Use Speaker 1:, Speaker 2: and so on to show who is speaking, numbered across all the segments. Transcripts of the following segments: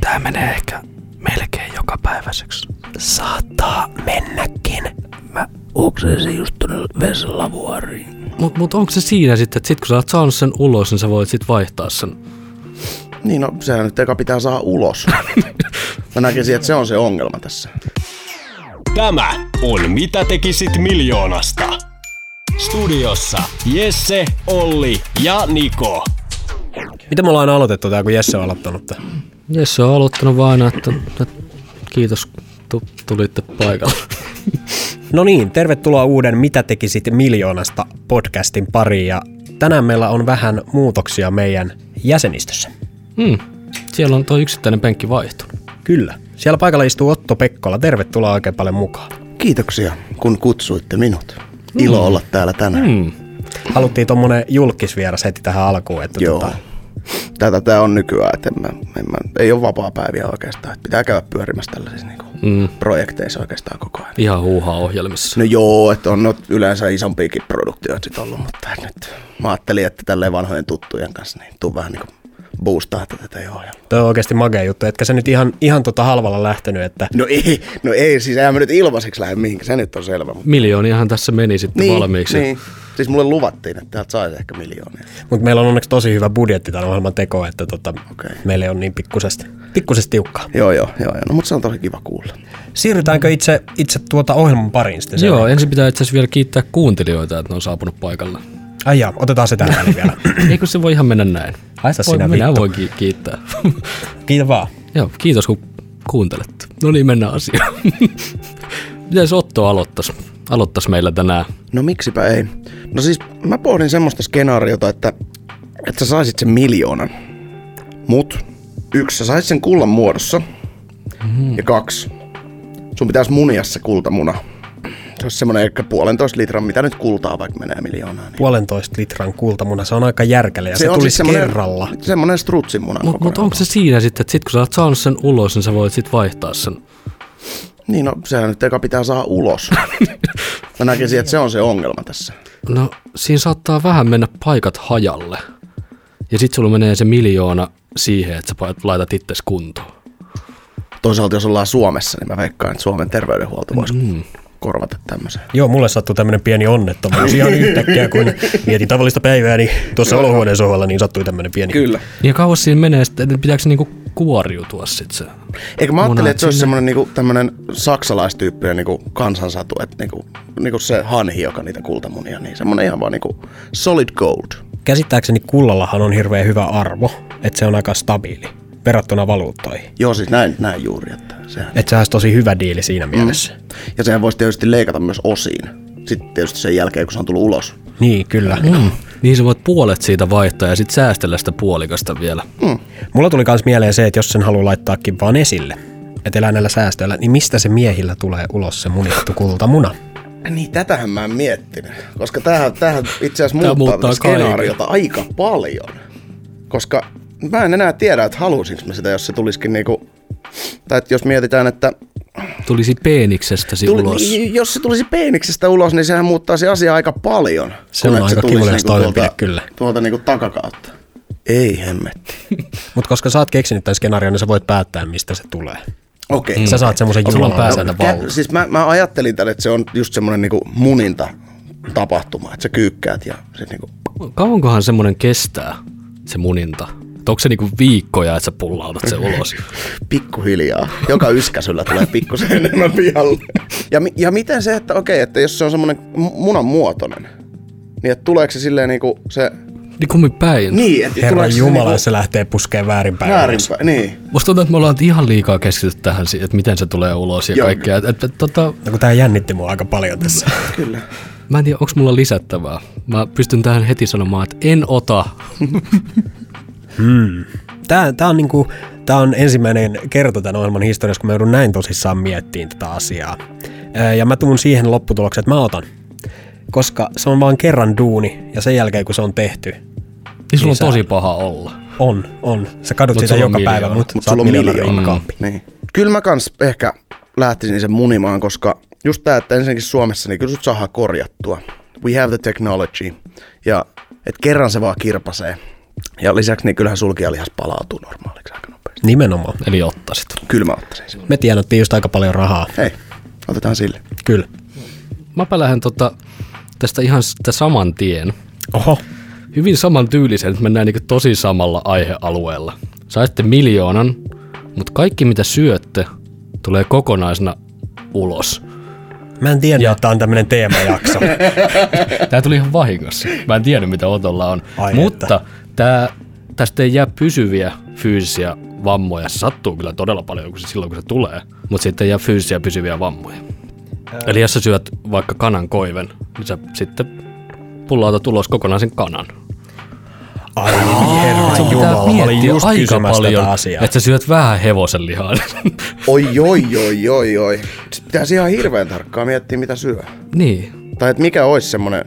Speaker 1: Tää menee ehkä melkein joka päiväiseksi. Saattaa mennäkin. Mä uksesin just tuonne vessalavuoriin.
Speaker 2: Mut, mut onko se siinä sitten, että sit kun sä oot saanut sen ulos, niin sä voit sit vaihtaa sen?
Speaker 3: Niin no, sehän nyt eka pitää saada ulos. Mä näkisin, että se on se ongelma tässä.
Speaker 4: Tämä on Mitä tekisit miljoonasta. Studiossa Jesse, Olli ja Niko.
Speaker 5: Mitä me ollaan aloitettu tää, kun Jesse on aloittanut tää?
Speaker 2: Jesse on aloittanut vain, että, että kiitos tu, tulitte paikalle.
Speaker 5: No niin, tervetuloa uuden Mitä tekisit miljoonasta podcastin pariin ja tänään meillä on vähän muutoksia meidän jäsenistössä.
Speaker 2: Hmm. Siellä on tuo yksittäinen penkki vaihtunut.
Speaker 5: Kyllä. Siellä paikalla istuu Otto Pekkola. Tervetuloa oikein paljon mukaan.
Speaker 3: Kiitoksia, kun kutsuitte minut. Ilo olla täällä tänään.
Speaker 2: Hmm.
Speaker 5: Haluttiin tommonen julkisvieras heti tähän alkuun, että
Speaker 3: Joo.
Speaker 5: tota,
Speaker 3: Tätä tää on nykyään, että en mä, en mä, ei ole vapaa päiviä oikeastaan. Että pitää käydä pyörimässä tällaisissa niinku
Speaker 2: Mm.
Speaker 3: projekteissa oikeastaan koko ajan.
Speaker 2: Ihan huuhaa ohjelmissa.
Speaker 3: No joo, että on not yleensä isompiakin produktioita sit ollut, mutta nyt mä ajattelin, että tälleen vanhojen tuttujen kanssa niin tuu vähän niinku boostaa tätä teidän ohjelmaa.
Speaker 5: toi on oikeasti magea juttu. Etkä sä nyt ihan, ihan tota halvalla lähtenyt, että
Speaker 3: No ei, no ei, siis eihän mä nyt ilmaiseksi lähde mihinkään, se nyt on selvä. Mutta...
Speaker 2: Miljooniahan tässä meni sitten valmiiksi.
Speaker 3: Niin. Siis mulle luvattiin, että täältä saisi ehkä miljoonia.
Speaker 5: Mutta meillä on onneksi tosi hyvä budjetti tämän ohjelman teko, että tota,
Speaker 3: Okei.
Speaker 5: meillä on niin pikkusesti, pikkusesti tiukkaa.
Speaker 3: Joo, joo, joo, joo. No, mutta se on tosi kiva kuulla.
Speaker 5: Siirrytäänkö itse, itse tuota ohjelman pariin sitten? sen?
Speaker 2: Joo, ensin pitää itse asiassa vielä kiittää kuuntelijoita, että ne on saapunut paikalle.
Speaker 5: Ai jaa, otetaan se tähän väliin vielä.
Speaker 2: Eikö se voi ihan mennä näin?
Speaker 5: Haista
Speaker 2: voi,
Speaker 5: sinä
Speaker 2: minä
Speaker 5: vittu.
Speaker 2: voin ki- kiittää.
Speaker 5: Kiitos vaan.
Speaker 2: Joo, kiitos kun kuuntelette. No niin, mennään asiaan. Miten se Otto aloittas? Aloittas meillä tänään.
Speaker 3: No miksipä ei. No siis mä pohdin semmoista skenaariota, että, että sä saisit sen miljoonan. Mut yksi, sä saisit sen kullan muodossa. Ja kaksi, sun pitäisi munia se kultamuna. Se olisi semmonen ehkä puolentoista litran, mitä nyt kultaa vaikka menee miljoonaan. Niin.
Speaker 5: Puolentoista litran kultamuna, se on aika järkele ja se, se
Speaker 3: on siis
Speaker 5: tulisi
Speaker 3: semmonen-
Speaker 5: kerralla.
Speaker 3: Semmonen strutsimuna.
Speaker 2: Mutta mut onko se siinä sitten, että sit kun sä oot saanut sen ulos, niin sä voit sit vaihtaa sen?
Speaker 3: Niin no, sehän nyt eka pitää saada ulos. mä näkisin, että se on se ongelma tässä.
Speaker 2: No, siinä saattaa vähän mennä paikat hajalle. Ja sit sulla menee se miljoona siihen, että sä pa- laitat itses kuntoon.
Speaker 3: Toisaalta jos ollaan Suomessa, niin mä veikkaan, että Suomen terveydenhuolto voisi mm. korvata tämmöisen.
Speaker 5: Joo, mulle sattui tämmönen pieni onnettomuus ihan yhtäkkiä, kun mietin tavallista päivää, niin tuossa olohuoneen sohvalla niin sattui tämmönen pieni.
Speaker 3: Kyllä.
Speaker 2: Niin Ja kauas siinä menee, sitten, että pitääkö se niinku kuoriutua sit se?
Speaker 3: Eikö mä ajattelin,
Speaker 2: Munat
Speaker 3: että se olisi semmoinen niinku, tämmönen saksalaistyyppinen niinku, kansansatu, että niinku, niinku se hanhi, joka niitä kultamunia, niin semmoinen ihan vaan niinku solid gold.
Speaker 5: Käsittääkseni kullallahan on hirveän hyvä arvo, että se on aika stabiili verrattuna valuuttoihin.
Speaker 3: Joo, siis näin, näin juuri, että sehän.
Speaker 5: Että sehän olisi tosi hyvä diili
Speaker 3: Mm.
Speaker 5: siinä mielessä.
Speaker 3: Ja sehän voisi tietysti leikata myös osiin. Sitten tietysti sen jälkeen, kun se on tullut ulos.
Speaker 5: Niin, kyllä.
Speaker 2: Mm. Niin sä voit puolet siitä vaihtaa ja sit säästellä sitä puolikasta vielä.
Speaker 5: Mulla tuli myös mieleen se, että jos sen haluaa laittaakin vaan esille, että elää näillä säästöillä, niin mistä se miehillä tulee ulos se munittu kultamuna?
Speaker 3: Niin, tätähän mä en miettinyt, koska tämähän, tämähän itse asiassa
Speaker 2: Tää
Speaker 3: muuttaa,
Speaker 2: muuttaa
Speaker 3: tätä skenaariota aika paljon. Koska mä en enää tiedä, että halusinko mä sitä, jos se tulisikin niinku... Tai että jos mietitään, että
Speaker 2: Tulisi peeniksestäsi Tuli, niin. ulos.
Speaker 3: Tuli, jos se tulisi peeniksestä ulos, niin sehän muuttaisi asiaa aika paljon.
Speaker 5: Se
Speaker 3: kun
Speaker 5: on
Speaker 3: että
Speaker 5: aika
Speaker 3: tulisi niinku
Speaker 5: kivulias toimenpide,
Speaker 3: tuolta,
Speaker 5: kyllä.
Speaker 3: Tuolta niinku takakautta. Ei hemmetti.
Speaker 5: Mutta koska sä oot keksinyt tämän skenaarion, niin sä voit päättää, mistä se tulee.
Speaker 3: Okei.
Speaker 5: Sä saat semmoisen
Speaker 2: Sulla on
Speaker 5: jumalan
Speaker 2: pääsääntö
Speaker 5: no,
Speaker 2: vauva.
Speaker 3: Kä- Siis mä, mä ajattelin tälle, että se on just semmoinen niinku muninta tapahtuma, että sä kyykkäät ja se niinku...
Speaker 2: Kauankohan semmonen kestää, se muninta? Et Onko se niinku viikkoja, että sä pullautat sen ulos?
Speaker 3: pikkuhiljaa. Joka yskäsyllä tulee pikkusen enemmän pihalle. Ja, mi- ja miten se, että okei, että jos se on semmoinen munan muotoinen, niin että tuleeko se silleen niinku se...
Speaker 2: Niin kummin päin.
Speaker 3: Niin, että tuleeko
Speaker 5: Herran
Speaker 3: se
Speaker 5: Jumala,
Speaker 3: niinku
Speaker 5: jos se lähtee puskeen väärinpäin.
Speaker 3: väärinpäin. Niin.
Speaker 2: Musta tuntuu, että me ollaan ihan liikaa keskitytty tähän, si- että miten se tulee ulos ja
Speaker 3: Joo.
Speaker 2: kaikkea. Et, et, et, tota,
Speaker 5: No, kun tää jännitti mua aika paljon tässä.
Speaker 2: mä en tiedä, onko mulla lisättävää. Mä pystyn tähän heti sanomaan, että en ota.
Speaker 5: Tää, tää, on niinku, tää on ensimmäinen kerta tämän ohjelman historiassa, kun mä joudun näin tosissaan miettiin tätä asiaa. Ää, Ja mä tuun siihen lopputulokseen, että mä otan. Koska se on vaan kerran duuni, ja sen jälkeen kun se on tehty,
Speaker 2: Niin sulla on
Speaker 5: Lisää.
Speaker 2: tosi paha olla.
Speaker 5: on, on. Sä kadut
Speaker 2: Mut
Speaker 5: sitä
Speaker 2: sulla on
Speaker 5: joka päivä,
Speaker 2: miljoona.
Speaker 5: mutta
Speaker 3: Mutta sulla on miljoona.
Speaker 5: rikkaampi.
Speaker 3: Niin. Kyllä mä kans ehkä lähtisin sen munimaan, koska just tää, että ensinnäkin Suomessa, niin kyllä sut saadaan korjattua. We have the technology. Ja et kerran se vaan kirpasee. Ja lisäksi niin kyllähän sulkijalihas palautuu normaaliksi aika nopeasti.
Speaker 5: Nimenomaan.
Speaker 2: Eli ottaisit.
Speaker 3: Kyllä mä ottaisin sen.
Speaker 5: Me tienattiin just aika paljon rahaa.
Speaker 3: Hei, otetaan sille.
Speaker 5: Kyllä.
Speaker 2: Mäpä lähden tota, tästä ihan sitä saman tien.
Speaker 5: Oho.
Speaker 2: Hyvin saman tyylisen, että mennään niin tosi samalla aihealueella. Saitte miljoonan, mutta kaikki mitä syötte tulee kokonaisena ulos.
Speaker 5: Mä en tiennyt, että tää on tämmönen teemajakso.
Speaker 2: Tää tuli ihan vahingossa. Mä en tiedä, mitä Otolla on.
Speaker 5: Ai
Speaker 2: Mutta tää, tästä ei jää pysyviä fyysisiä vammoja. Se sattuu kyllä todella paljon kun se, silloin, kun se tulee. Mutta sitten ei jää fyysisiä pysyviä vammoja. Eli jos sä syöt vaikka kanan koiven, niin sä sitten pullautat ulos kokonaisen kanan.
Speaker 5: Ai herra jumala, mä olin just
Speaker 2: aika
Speaker 5: kysymässä
Speaker 2: paljon,
Speaker 5: tätä asiaa.
Speaker 2: että sä syöt vähän hevosen lihaa.
Speaker 3: Oi, oi, oi, oi, oi. Sitten pitäisi ihan hirveän tarkkaan miettiä, mitä syö.
Speaker 2: niin.
Speaker 3: Tai että mikä olisi semmonen,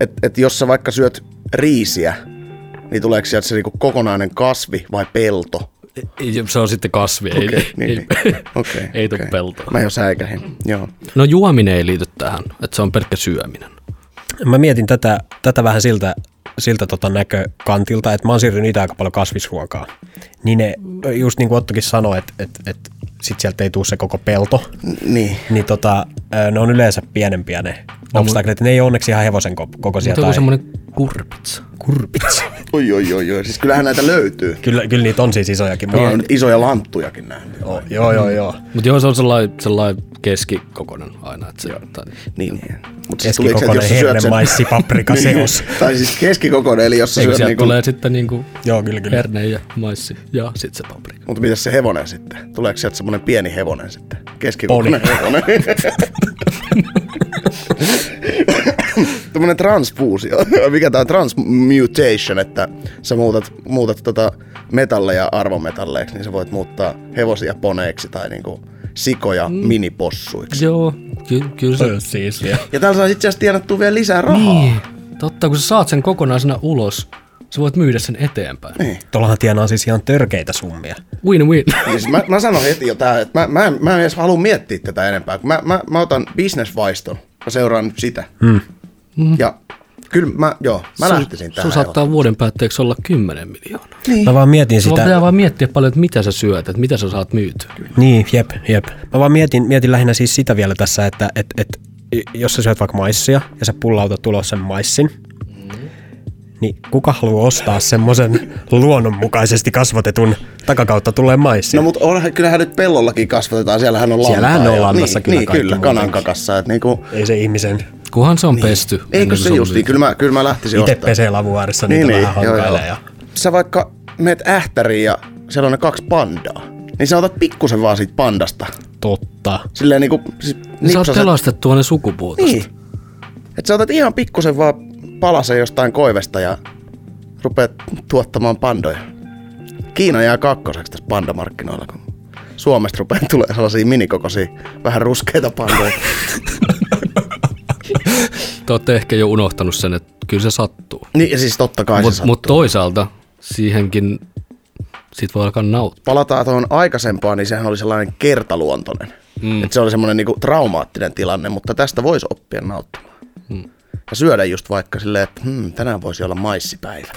Speaker 3: että et jos sä vaikka syöt riisiä, niin tuleeko sieltä se niinku kokonainen kasvi vai pelto?
Speaker 2: Ja Se on sitten kasvi, ei,
Speaker 3: Okei, niin,
Speaker 2: ei,
Speaker 3: niin. Okei,
Speaker 2: ei tuu
Speaker 3: okei.
Speaker 2: peltoa.
Speaker 3: Mä jo säikähin, joo.
Speaker 2: No juominen ei liity tähän, että se on pelkkä syöminen.
Speaker 5: Mä mietin tätä, tätä vähän siltä, siltä tota näkökantilta, että mä oon siirtynyt itse aika paljon kasvisruokaa. Niin ne, just niin kuin Ottokin sanoi, että, että, että sit sieltä ei tuu se koko pelto,
Speaker 3: N- niin.
Speaker 5: niin tota, ö, ne on yleensä pienempiä ne
Speaker 3: No,
Speaker 5: obstaklit. Ne ei ole onneksi ihan hevosen ko- kokoisia.
Speaker 2: Mutta
Speaker 5: Tai...
Speaker 2: on semmoinen kurpitsa.
Speaker 5: kurpitsi.
Speaker 3: Oi, oi, oi, oi. Siis kyllähän näitä löytyy.
Speaker 5: kyllä, kyllä niitä on siis isojakin.
Speaker 3: Mä
Speaker 5: Mä
Speaker 3: oon
Speaker 5: oon-
Speaker 3: nyt isoja lanttujakin nähnyt.
Speaker 5: Joo, joo, joo, joo.
Speaker 2: Mutta joo, se on sellainen, sellainen keskikokoinen aina. Että se, tai,
Speaker 3: Niin, niin. Mutta siis tuliko se, että jos
Speaker 5: Keskikokoinen
Speaker 3: sä syöt sen...
Speaker 5: hernemaissi, paprika, seos.
Speaker 3: Niin, tai siis keskikokoinen, eli jos sä
Speaker 2: eikö
Speaker 3: syöt
Speaker 2: sieltä
Speaker 3: niinku...
Speaker 2: tulee sitten niinku
Speaker 5: Joo, kyllä, kyllä.
Speaker 2: herne ja maissi ja sitten se paprika.
Speaker 3: Mutta mitäs se hevonen sitten? Tuleeko sieltä semmonen pieni hevonen sitten? Keskikokoinen
Speaker 5: Poni.
Speaker 3: hevonen. Tämmönen transfuusio. Mikä tää on transmutation, että sä muutat, muutat tota metalleja arvometalleiksi, niin sä voit muuttaa hevosia poneiksi tai niinku sikoja mm. minipossuiksi.
Speaker 2: Joo, ky- kyllä se.
Speaker 5: Siis.
Speaker 3: Ja täällä saa itse asiassa tienattua vielä lisää rahaa.
Speaker 2: Niin. Totta, kun sä saat sen kokonaisena ulos, sä voit myydä sen eteenpäin.
Speaker 3: Niin.
Speaker 5: Tuollahan tienaa siis ihan törkeitä summia.
Speaker 2: Win-win.
Speaker 3: Siis mä, mä sanon heti jo tää, että mä, mä, en, mä en edes halua miettiä tätä enempää. kun Mä, mä, mä otan bisnesvaiston, mä seuraan nyt sitä. Hmm. Ja kyllä mä, joo, mä sun, lähtisin tähän.
Speaker 2: sun saattaa vuoden päätteeksi olla 10 miljoonaa.
Speaker 3: Niin.
Speaker 5: Mä vaan mietin
Speaker 2: Sulla pitää
Speaker 5: sitä.
Speaker 2: vaan miettiä paljon, että mitä sä syöt, että mitä sä saat myytyä.
Speaker 5: Niin, jep, jep. Mä vaan mietin, mietin lähinnä siis sitä vielä tässä, että et, et, jos sä syöt vaikka maissia ja sä pullautat ulos sen maissin, niin kuka haluaa ostaa semmoisen luonnonmukaisesti kasvatetun takakautta tulee maissi?
Speaker 3: No mutta onhan, kyllähän nyt pellollakin kasvatetaan, siellähän on lantaa.
Speaker 5: Siellähän on
Speaker 3: ja-
Speaker 5: lannassa
Speaker 3: niin,
Speaker 5: kyllä
Speaker 3: Niin,
Speaker 5: kaikki
Speaker 3: kyllä,
Speaker 5: muutenkin.
Speaker 3: kanankakassa. Että niinku,
Speaker 5: Ei se ihmisen
Speaker 2: Kunhan se on niin. pesty. ennen
Speaker 3: eikö
Speaker 2: kuin
Speaker 3: se
Speaker 2: on
Speaker 3: justiin,
Speaker 2: myyty.
Speaker 3: kyllä mä, kyllä mä lähtisin
Speaker 5: itse
Speaker 3: ostamaan.
Speaker 5: pesee lavuaarissa niitä niin, vähän
Speaker 3: joo,
Speaker 5: hankailee.
Speaker 3: joo.
Speaker 5: Ja...
Speaker 3: Sä vaikka meet ähtäriin ja siellä on ne kaksi pandaa, niin sä otat pikkusen vaan siitä pandasta.
Speaker 5: Totta.
Speaker 3: Silleen niinku, siis
Speaker 2: Niin sä oot
Speaker 3: nipsaset-
Speaker 2: pelastettua ne sukupuutosta.
Speaker 3: Niin. Et sä otat ihan pikkusen vaan palasen jostain koivesta ja rupeat tuottamaan pandoja. Kiina jää kakkoseksi tässä pandamarkkinoilla, kun Suomesta rupeaa tulee sellaisia minikokoisia, vähän ruskeita pandoja.
Speaker 2: Te ootte ehkä jo unohtanut sen, että kyllä se sattuu.
Speaker 3: niin, ja siis totta kai Mut,
Speaker 2: Mutta
Speaker 3: se
Speaker 2: mut
Speaker 3: mut...
Speaker 2: toisaalta siihenkin sit voi alkaa nauttia.
Speaker 3: Palataan tuohon aikaisempaan, niin sehän oli sellainen kertaluontoinen. Mm. Et se oli semmoinen niinku traumaattinen tilanne, mutta tästä voisi oppia nauttimaan. Mm. Ja syödä just vaikka silleen, että hmm, tänään voisi olla maissipäivä.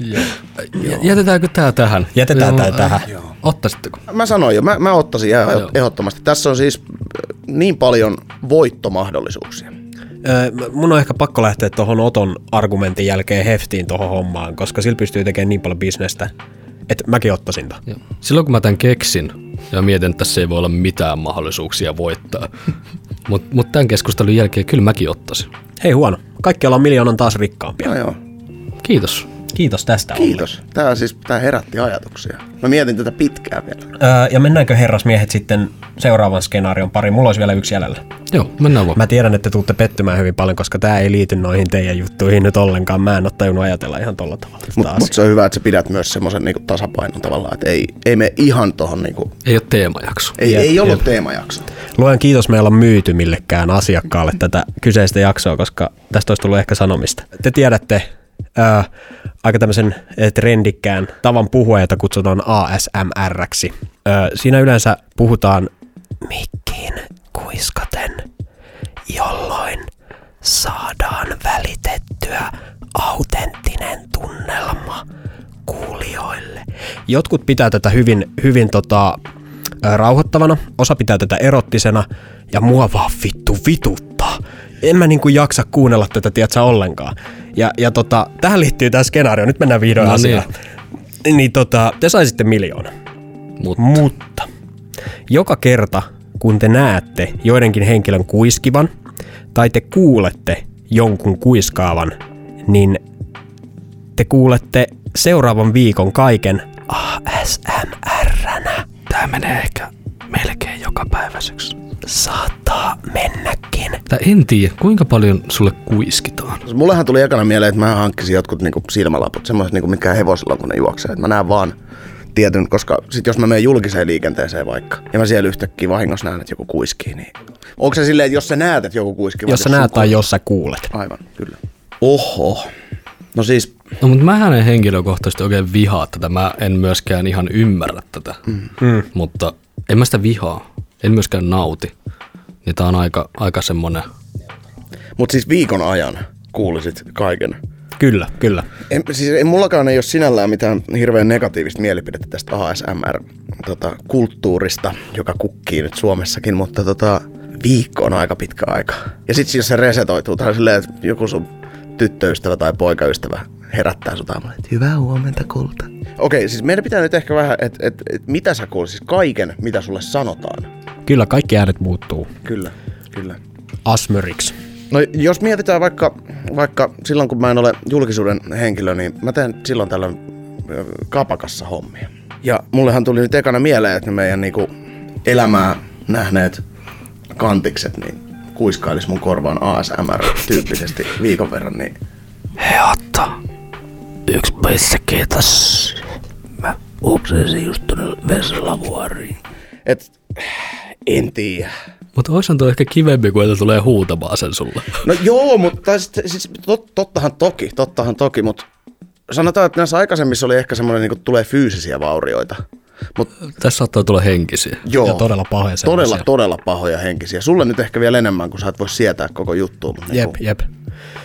Speaker 2: J- Jätetäänkö tää tähän?
Speaker 5: Jätetään
Speaker 2: Joo,
Speaker 5: tää
Speaker 2: äh,
Speaker 5: tähän.
Speaker 2: joo. Ottaisitteko?
Speaker 3: Mä sanoin jo, mä, mä ottaisin ihan
Speaker 2: Joo.
Speaker 3: ehdottomasti. Tässä on siis äh, niin paljon voittomahdollisuuksia.
Speaker 5: Öö, m- mun on ehkä pakko lähteä tuohon Oton argumentin jälkeen heftiin tuohon hommaan, koska sillä pystyy tekemään niin paljon bisnestä, että mäkin ottaisin tämän.
Speaker 2: Joo. Silloin kun mä tämän keksin ja mietin, että tässä ei voi olla mitään mahdollisuuksia voittaa. Mutta mut tämän keskustelun jälkeen kyllä mäkin ottaisin.
Speaker 5: Hei huono, kaikki ollaan miljoonan taas rikkaampia.
Speaker 3: No joo,
Speaker 2: Kiitos.
Speaker 5: Kiitos tästä.
Speaker 3: kiitos. Tää, siis, tää herätti ajatuksia. Mä mietin tätä pitkään vielä.
Speaker 5: Öö, ja mennäänkö herrasmiehet sitten seuraavan skenaarion pariin? Mulla olisi vielä yksi jäljellä.
Speaker 2: Joo, mennään vaan.
Speaker 5: Mä tiedän, että te tuutte pettymään hyvin paljon, koska tämä ei liity noihin teidän juttuihin nyt ollenkaan. Mä en ole tajunnut ajatella ihan tolla tavalla tätä
Speaker 3: Mutta
Speaker 5: asiaa.
Speaker 3: mut se on hyvä, että sä pidät myös semmoisen niinku tasapainon tavallaan, että ei, ei me ihan tohon niinku,
Speaker 2: Ei ole teemajakso.
Speaker 3: ei, ei ollut teemajakso.
Speaker 5: Luojan kiitos meillä on myyty millekään asiakkaalle tätä kyseistä jaksoa, koska tästä olisi tullut ehkä sanomista. Te tiedätte ää, aika tämmöisen ää, trendikkään tavan puhua, jota kutsutaan ASMR-ksi. Ää, siinä yleensä puhutaan mikkiin kuiskaten, jolloin saadaan välitettyä autenttinen
Speaker 1: tunnelma kuulijoille.
Speaker 5: Jotkut pitää tätä hyvin, hyvin tota, ö, rauhoittavana, osa pitää tätä erottisena ja mua vaan vittu vituttaa. En mä niinku jaksa kuunnella tätä, tietsä, ollenkaan. Ja, ja tota, tähän liittyy tämä skenaario, nyt mennään vihdoin no
Speaker 2: No
Speaker 5: asiaan. Niin. niin tota, te saisitte miljoona.
Speaker 2: Mut,
Speaker 5: Mutta joka kerta, kun te näette joidenkin henkilön kuiskivan tai te kuulette jonkun kuiskaavan, niin te kuulette seuraavan viikon kaiken.
Speaker 1: ASMR-nä. Tää menee ehkä melkein joka päiväiseksi. Saattaa mennäkin.
Speaker 2: tää en tiedä, kuinka paljon sulle kuiskitaan.
Speaker 3: Siis Mullehan tuli ekana mieleen, että mä hankkisin jotkut niinku silmälaput, semmoiset niinku mikä hevosilla kun ne juoksee. Et mä näen vaan tietyn, koska sit jos mä menen julkiseen liikenteeseen vaikka, ja mä siellä yhtäkkiä vahingossa näen, että joku kuiskii, niin... Onko se silleen, että jos sä näet, että joku kuiskii? vai
Speaker 5: Jos sä
Speaker 3: sun
Speaker 5: näet tai
Speaker 3: kuul-
Speaker 5: jos sä kuulet.
Speaker 3: Aivan, kyllä. Oho. No siis,
Speaker 2: No mut mähän en henkilökohtaisesti oikein vihaa tätä, mä en myöskään ihan ymmärrä tätä. Mm. Mutta en mä sitä vihaa, en myöskään nauti. Niin tää on aika, aika semmonen,
Speaker 3: mut siis viikon ajan kuulisit kaiken.
Speaker 5: Kyllä, kyllä.
Speaker 3: En, siis ei, mullakaan ei ole sinällään mitään hirveän negatiivista mielipidettä tästä ASMR-kulttuurista, tota, joka kukkii nyt Suomessakin, mutta tota, viikko on aika pitkä aika. Ja sit siis se resetoituu tai silleen, että joku sun tyttöystävä tai poikaystävä herättää sut aamulla, että hyvää huomenta kulta. Okei, siis meidän pitää nyt ehkä vähän, että et, et, mitä sä kuulet, siis kaiken, mitä sulle sanotaan.
Speaker 5: Kyllä, kaikki äänet muuttuu
Speaker 3: Kyllä, kyllä.
Speaker 5: asmöriksi.
Speaker 3: No jos mietitään vaikka, vaikka silloin, kun mä en ole julkisuuden henkilö, niin mä teen silloin tällöin ö, kapakassa hommia. Ja mullehan tuli nyt ekana mieleen, että ne meidän niinku elämää nähneet kantikset niin kuiskailis mun korvaan ASMR-tyyppisesti viikon verran, niin
Speaker 1: Hei Otto, yksi pisse kiitos. Mä upsesin just tuonne vesilavuariin.
Speaker 3: et, en tiedä.
Speaker 2: mutta oishan toi ehkä kivempi, kun että tulee huutamaan sen sulle.
Speaker 3: No joo, mutta sit, siis tot, tottahan toki, tottahan toki, mutta sanotaan, että näissä aikaisemmissa oli ehkä semmoinen, niin tulee fyysisiä vaurioita. Mutta
Speaker 2: Tässä saattaa tulla henkisiä.
Speaker 3: joo.
Speaker 5: Ja todella pahoja
Speaker 3: Todella,
Speaker 5: sellaisia.
Speaker 3: todella pahoja henkisiä. Sulle nyt ehkä vielä enemmän, kun sä et voi sietää koko juttua. Mutta niinku-
Speaker 5: Jep, jep.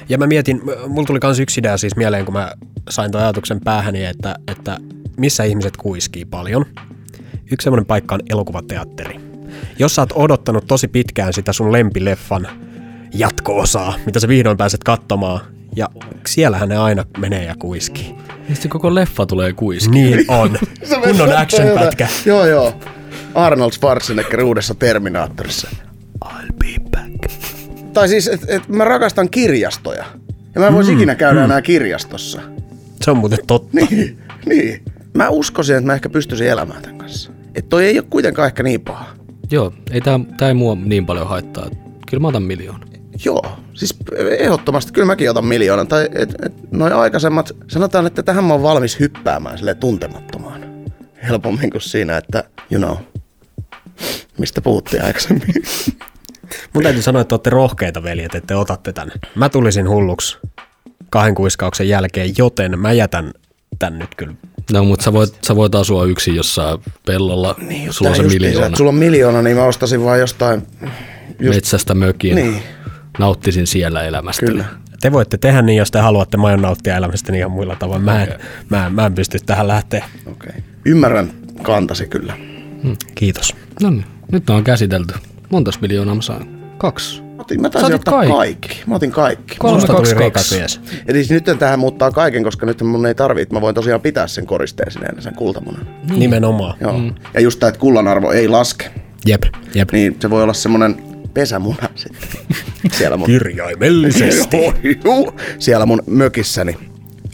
Speaker 5: Ja mä mietin, m- mulla tuli kans yksi idea siis mieleen, kun mä sain tuon ajatuksen päähäni, että, että missä ihmiset kuiskii paljon. Yksi semmoinen paikka on elokuvateatteri. Jos sä oot odottanut tosi pitkään sitä sun lempileffan jatko-osaa, mitä sä vihdoin pääset katsomaan, ja siellähän ne aina menee ja kuiskii.
Speaker 2: Sitten koko leffa tulee kuiski.
Speaker 5: Niin on. Kunnon action-pätkä.
Speaker 3: Joo, joo. Arnold Schwarzenegger uudessa Terminaattorissa.
Speaker 1: I'll be back.
Speaker 3: Tai siis, että et mä rakastan kirjastoja. Ja mä en
Speaker 1: Mm,
Speaker 3: voisi ikinä käydä enää kirjastossa.
Speaker 5: Se on muuten totta.
Speaker 3: Niin, niin. Mä uskoisin, että mä ehkä pystyisin elämään tämän kanssa. Että toi ei ole kuitenkaan ehkä niin paha.
Speaker 2: Joo, ei tää, tää ei mua niin paljon haittaa. Kyllä mä otan miljoona.
Speaker 3: Joo, siis ehdottomasti kyllä mäkin otan miljoonan. Tai et, et, noin aikaisemmat, sanotaan, että tähän mä oon valmis hyppäämään sille tuntemattomaan. Helpommin kuin siinä, että you know, mistä puhuttiin aikaisemmin.
Speaker 5: Mun täytyy sanoa, että olette rohkeita, veljet, että te otatte tän. Mä tulisin hulluksi kahden kuiskauksen jälkeen, joten mä jätän tän nyt kyllä.
Speaker 2: No, mutta sä voit, sä voit asua yksin jossain pellolla, niin, sulla on se
Speaker 3: Tää justiinsa,
Speaker 2: miljoona.
Speaker 3: että Sulla on miljoona, niin mä ostasin vaan jostain.
Speaker 2: just... metsästä mökin,
Speaker 3: Niin.
Speaker 2: niin. nauttisin siellä elämästä.
Speaker 3: Kyllä.
Speaker 5: Te voitte tehdä niin, jos te haluatte. Mä aion nauttia elämästäni ihan muilla tavoin. Mä en, mä, en, mä en pysty tähän lähteä.
Speaker 3: Okay. Ymmärrän kantasi kyllä.
Speaker 5: Kiitos.
Speaker 2: No niin, nyt ne on käsitelty. Montas miljoonaa mä sain? Kaksi.
Speaker 3: Mä otin- Mä
Speaker 2: Sä
Speaker 3: taisin
Speaker 2: otit
Speaker 3: ottaa kaikki.
Speaker 2: kaikki.
Speaker 3: kaikki. Mä otin kaikki.
Speaker 2: Kolme,
Speaker 5: Musta tuli
Speaker 2: kaksi,
Speaker 5: rikas
Speaker 2: kaksi.
Speaker 5: mies.
Speaker 3: Eli siis nyt tähän muuttaa kaiken, koska nyt mun ei tarvitse. Mä voin tosiaan pitää sen koristeen sinne sen kultamunan.
Speaker 5: Niin. Nimenomaan.
Speaker 3: Joo. Mm. Ja just tää, että kullan arvo ei laske.
Speaker 5: Jep, jep.
Speaker 3: Niin se voi olla semmonen pesämuna sitten siellä mun,
Speaker 5: Kirjaimellisesti.
Speaker 3: Juu, siellä mun mökissäni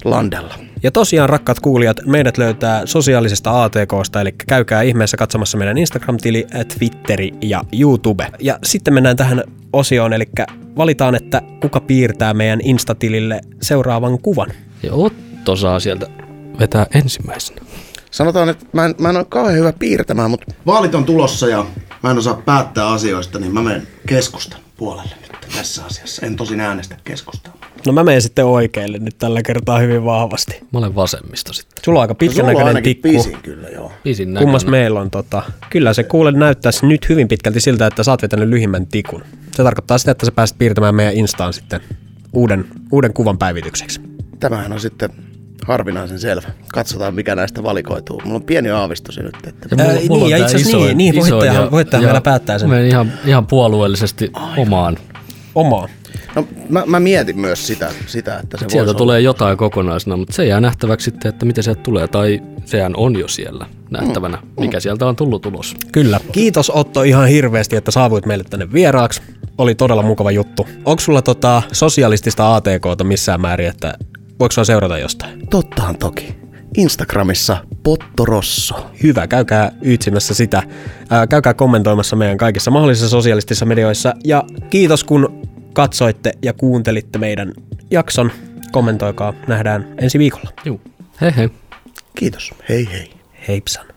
Speaker 3: landella.
Speaker 5: Ja tosiaan, rakkaat kuulijat, meidät löytää sosiaalisesta ATKsta, eli käykää ihmeessä katsomassa meidän Instagram-tili, Twitteri ja YouTube. Ja sitten mennään tähän osioon, eli valitaan, että kuka piirtää meidän Instatilille seuraavan kuvan.
Speaker 2: Ja Otto saa sieltä vetää ensimmäisenä.
Speaker 3: Sanotaan, että mä en, mä en ole kauhean hyvä piirtämään, mutta vaalit on tulossa ja mä en osaa päättää asioista, niin mä menen keskustan puolelle nyt tässä asiassa. En tosin äänestä keskustaa.
Speaker 5: No mä menen sitten oikealle nyt tällä kertaa hyvin vahvasti.
Speaker 2: Mä olen vasemmista sitten.
Speaker 5: No Sulla on aika pitkänäköinen tikku.
Speaker 3: pisin kyllä, joo.
Speaker 2: Pisin
Speaker 5: Kummas
Speaker 2: näköinen.
Speaker 5: meillä on tota? Kyllä se kuule näyttäisi nyt hyvin pitkälti siltä, että sä oot vetänyt lyhimmän tikun. Se tarkoittaa sitä, että sä pääset piirtämään meidän Instaan sitten uuden, uuden kuvan päivitykseksi.
Speaker 3: Tämähän on sitten harvinaisen selvä. Katsotaan, mikä näistä valikoituu. Mulla on pieni aavistus jo nyt, että
Speaker 5: Ää, niin, ja itse asiassa niin, niin, voittajahan- voittajahan vielä päättää sen.
Speaker 2: Menen ihan, ihan puolueellisesti omaan.
Speaker 5: Omaa.
Speaker 3: No, mä, mä mietin myös sitä, sitä että se
Speaker 2: Sieltä
Speaker 3: voisi
Speaker 2: tulee jotain kokonaisena, mutta se jää nähtäväksi sitten, että mitä sieltä tulee. Tai sehän on jo siellä nähtävänä,
Speaker 5: Mm.
Speaker 2: mikä sieltä on tullut ulos.
Speaker 5: Kyllä. Kiitos Otto ihan hirveästi, että saavuit meille tänne vieraaksi. Oli todella mukava juttu. Onko sulla tota sosialistista ATKta missään määrin, että voiko sua seurata jostain?
Speaker 3: olla. Tottahan toki. Instagramissa Pottorosso.
Speaker 5: Hyvä, käykää ytsimässä sitä. Ää, käykää kommentoimassa meidän kaikissa mahdollisissa sosialistisissa medioissa. Ja kiitos kun katsoitte ja kuuntelitte meidän jakson. Kommentoikaa. Nähdään ensi viikolla.
Speaker 2: Juu. Hei hei.
Speaker 3: Kiitos. Hei hei.
Speaker 5: Heipsan.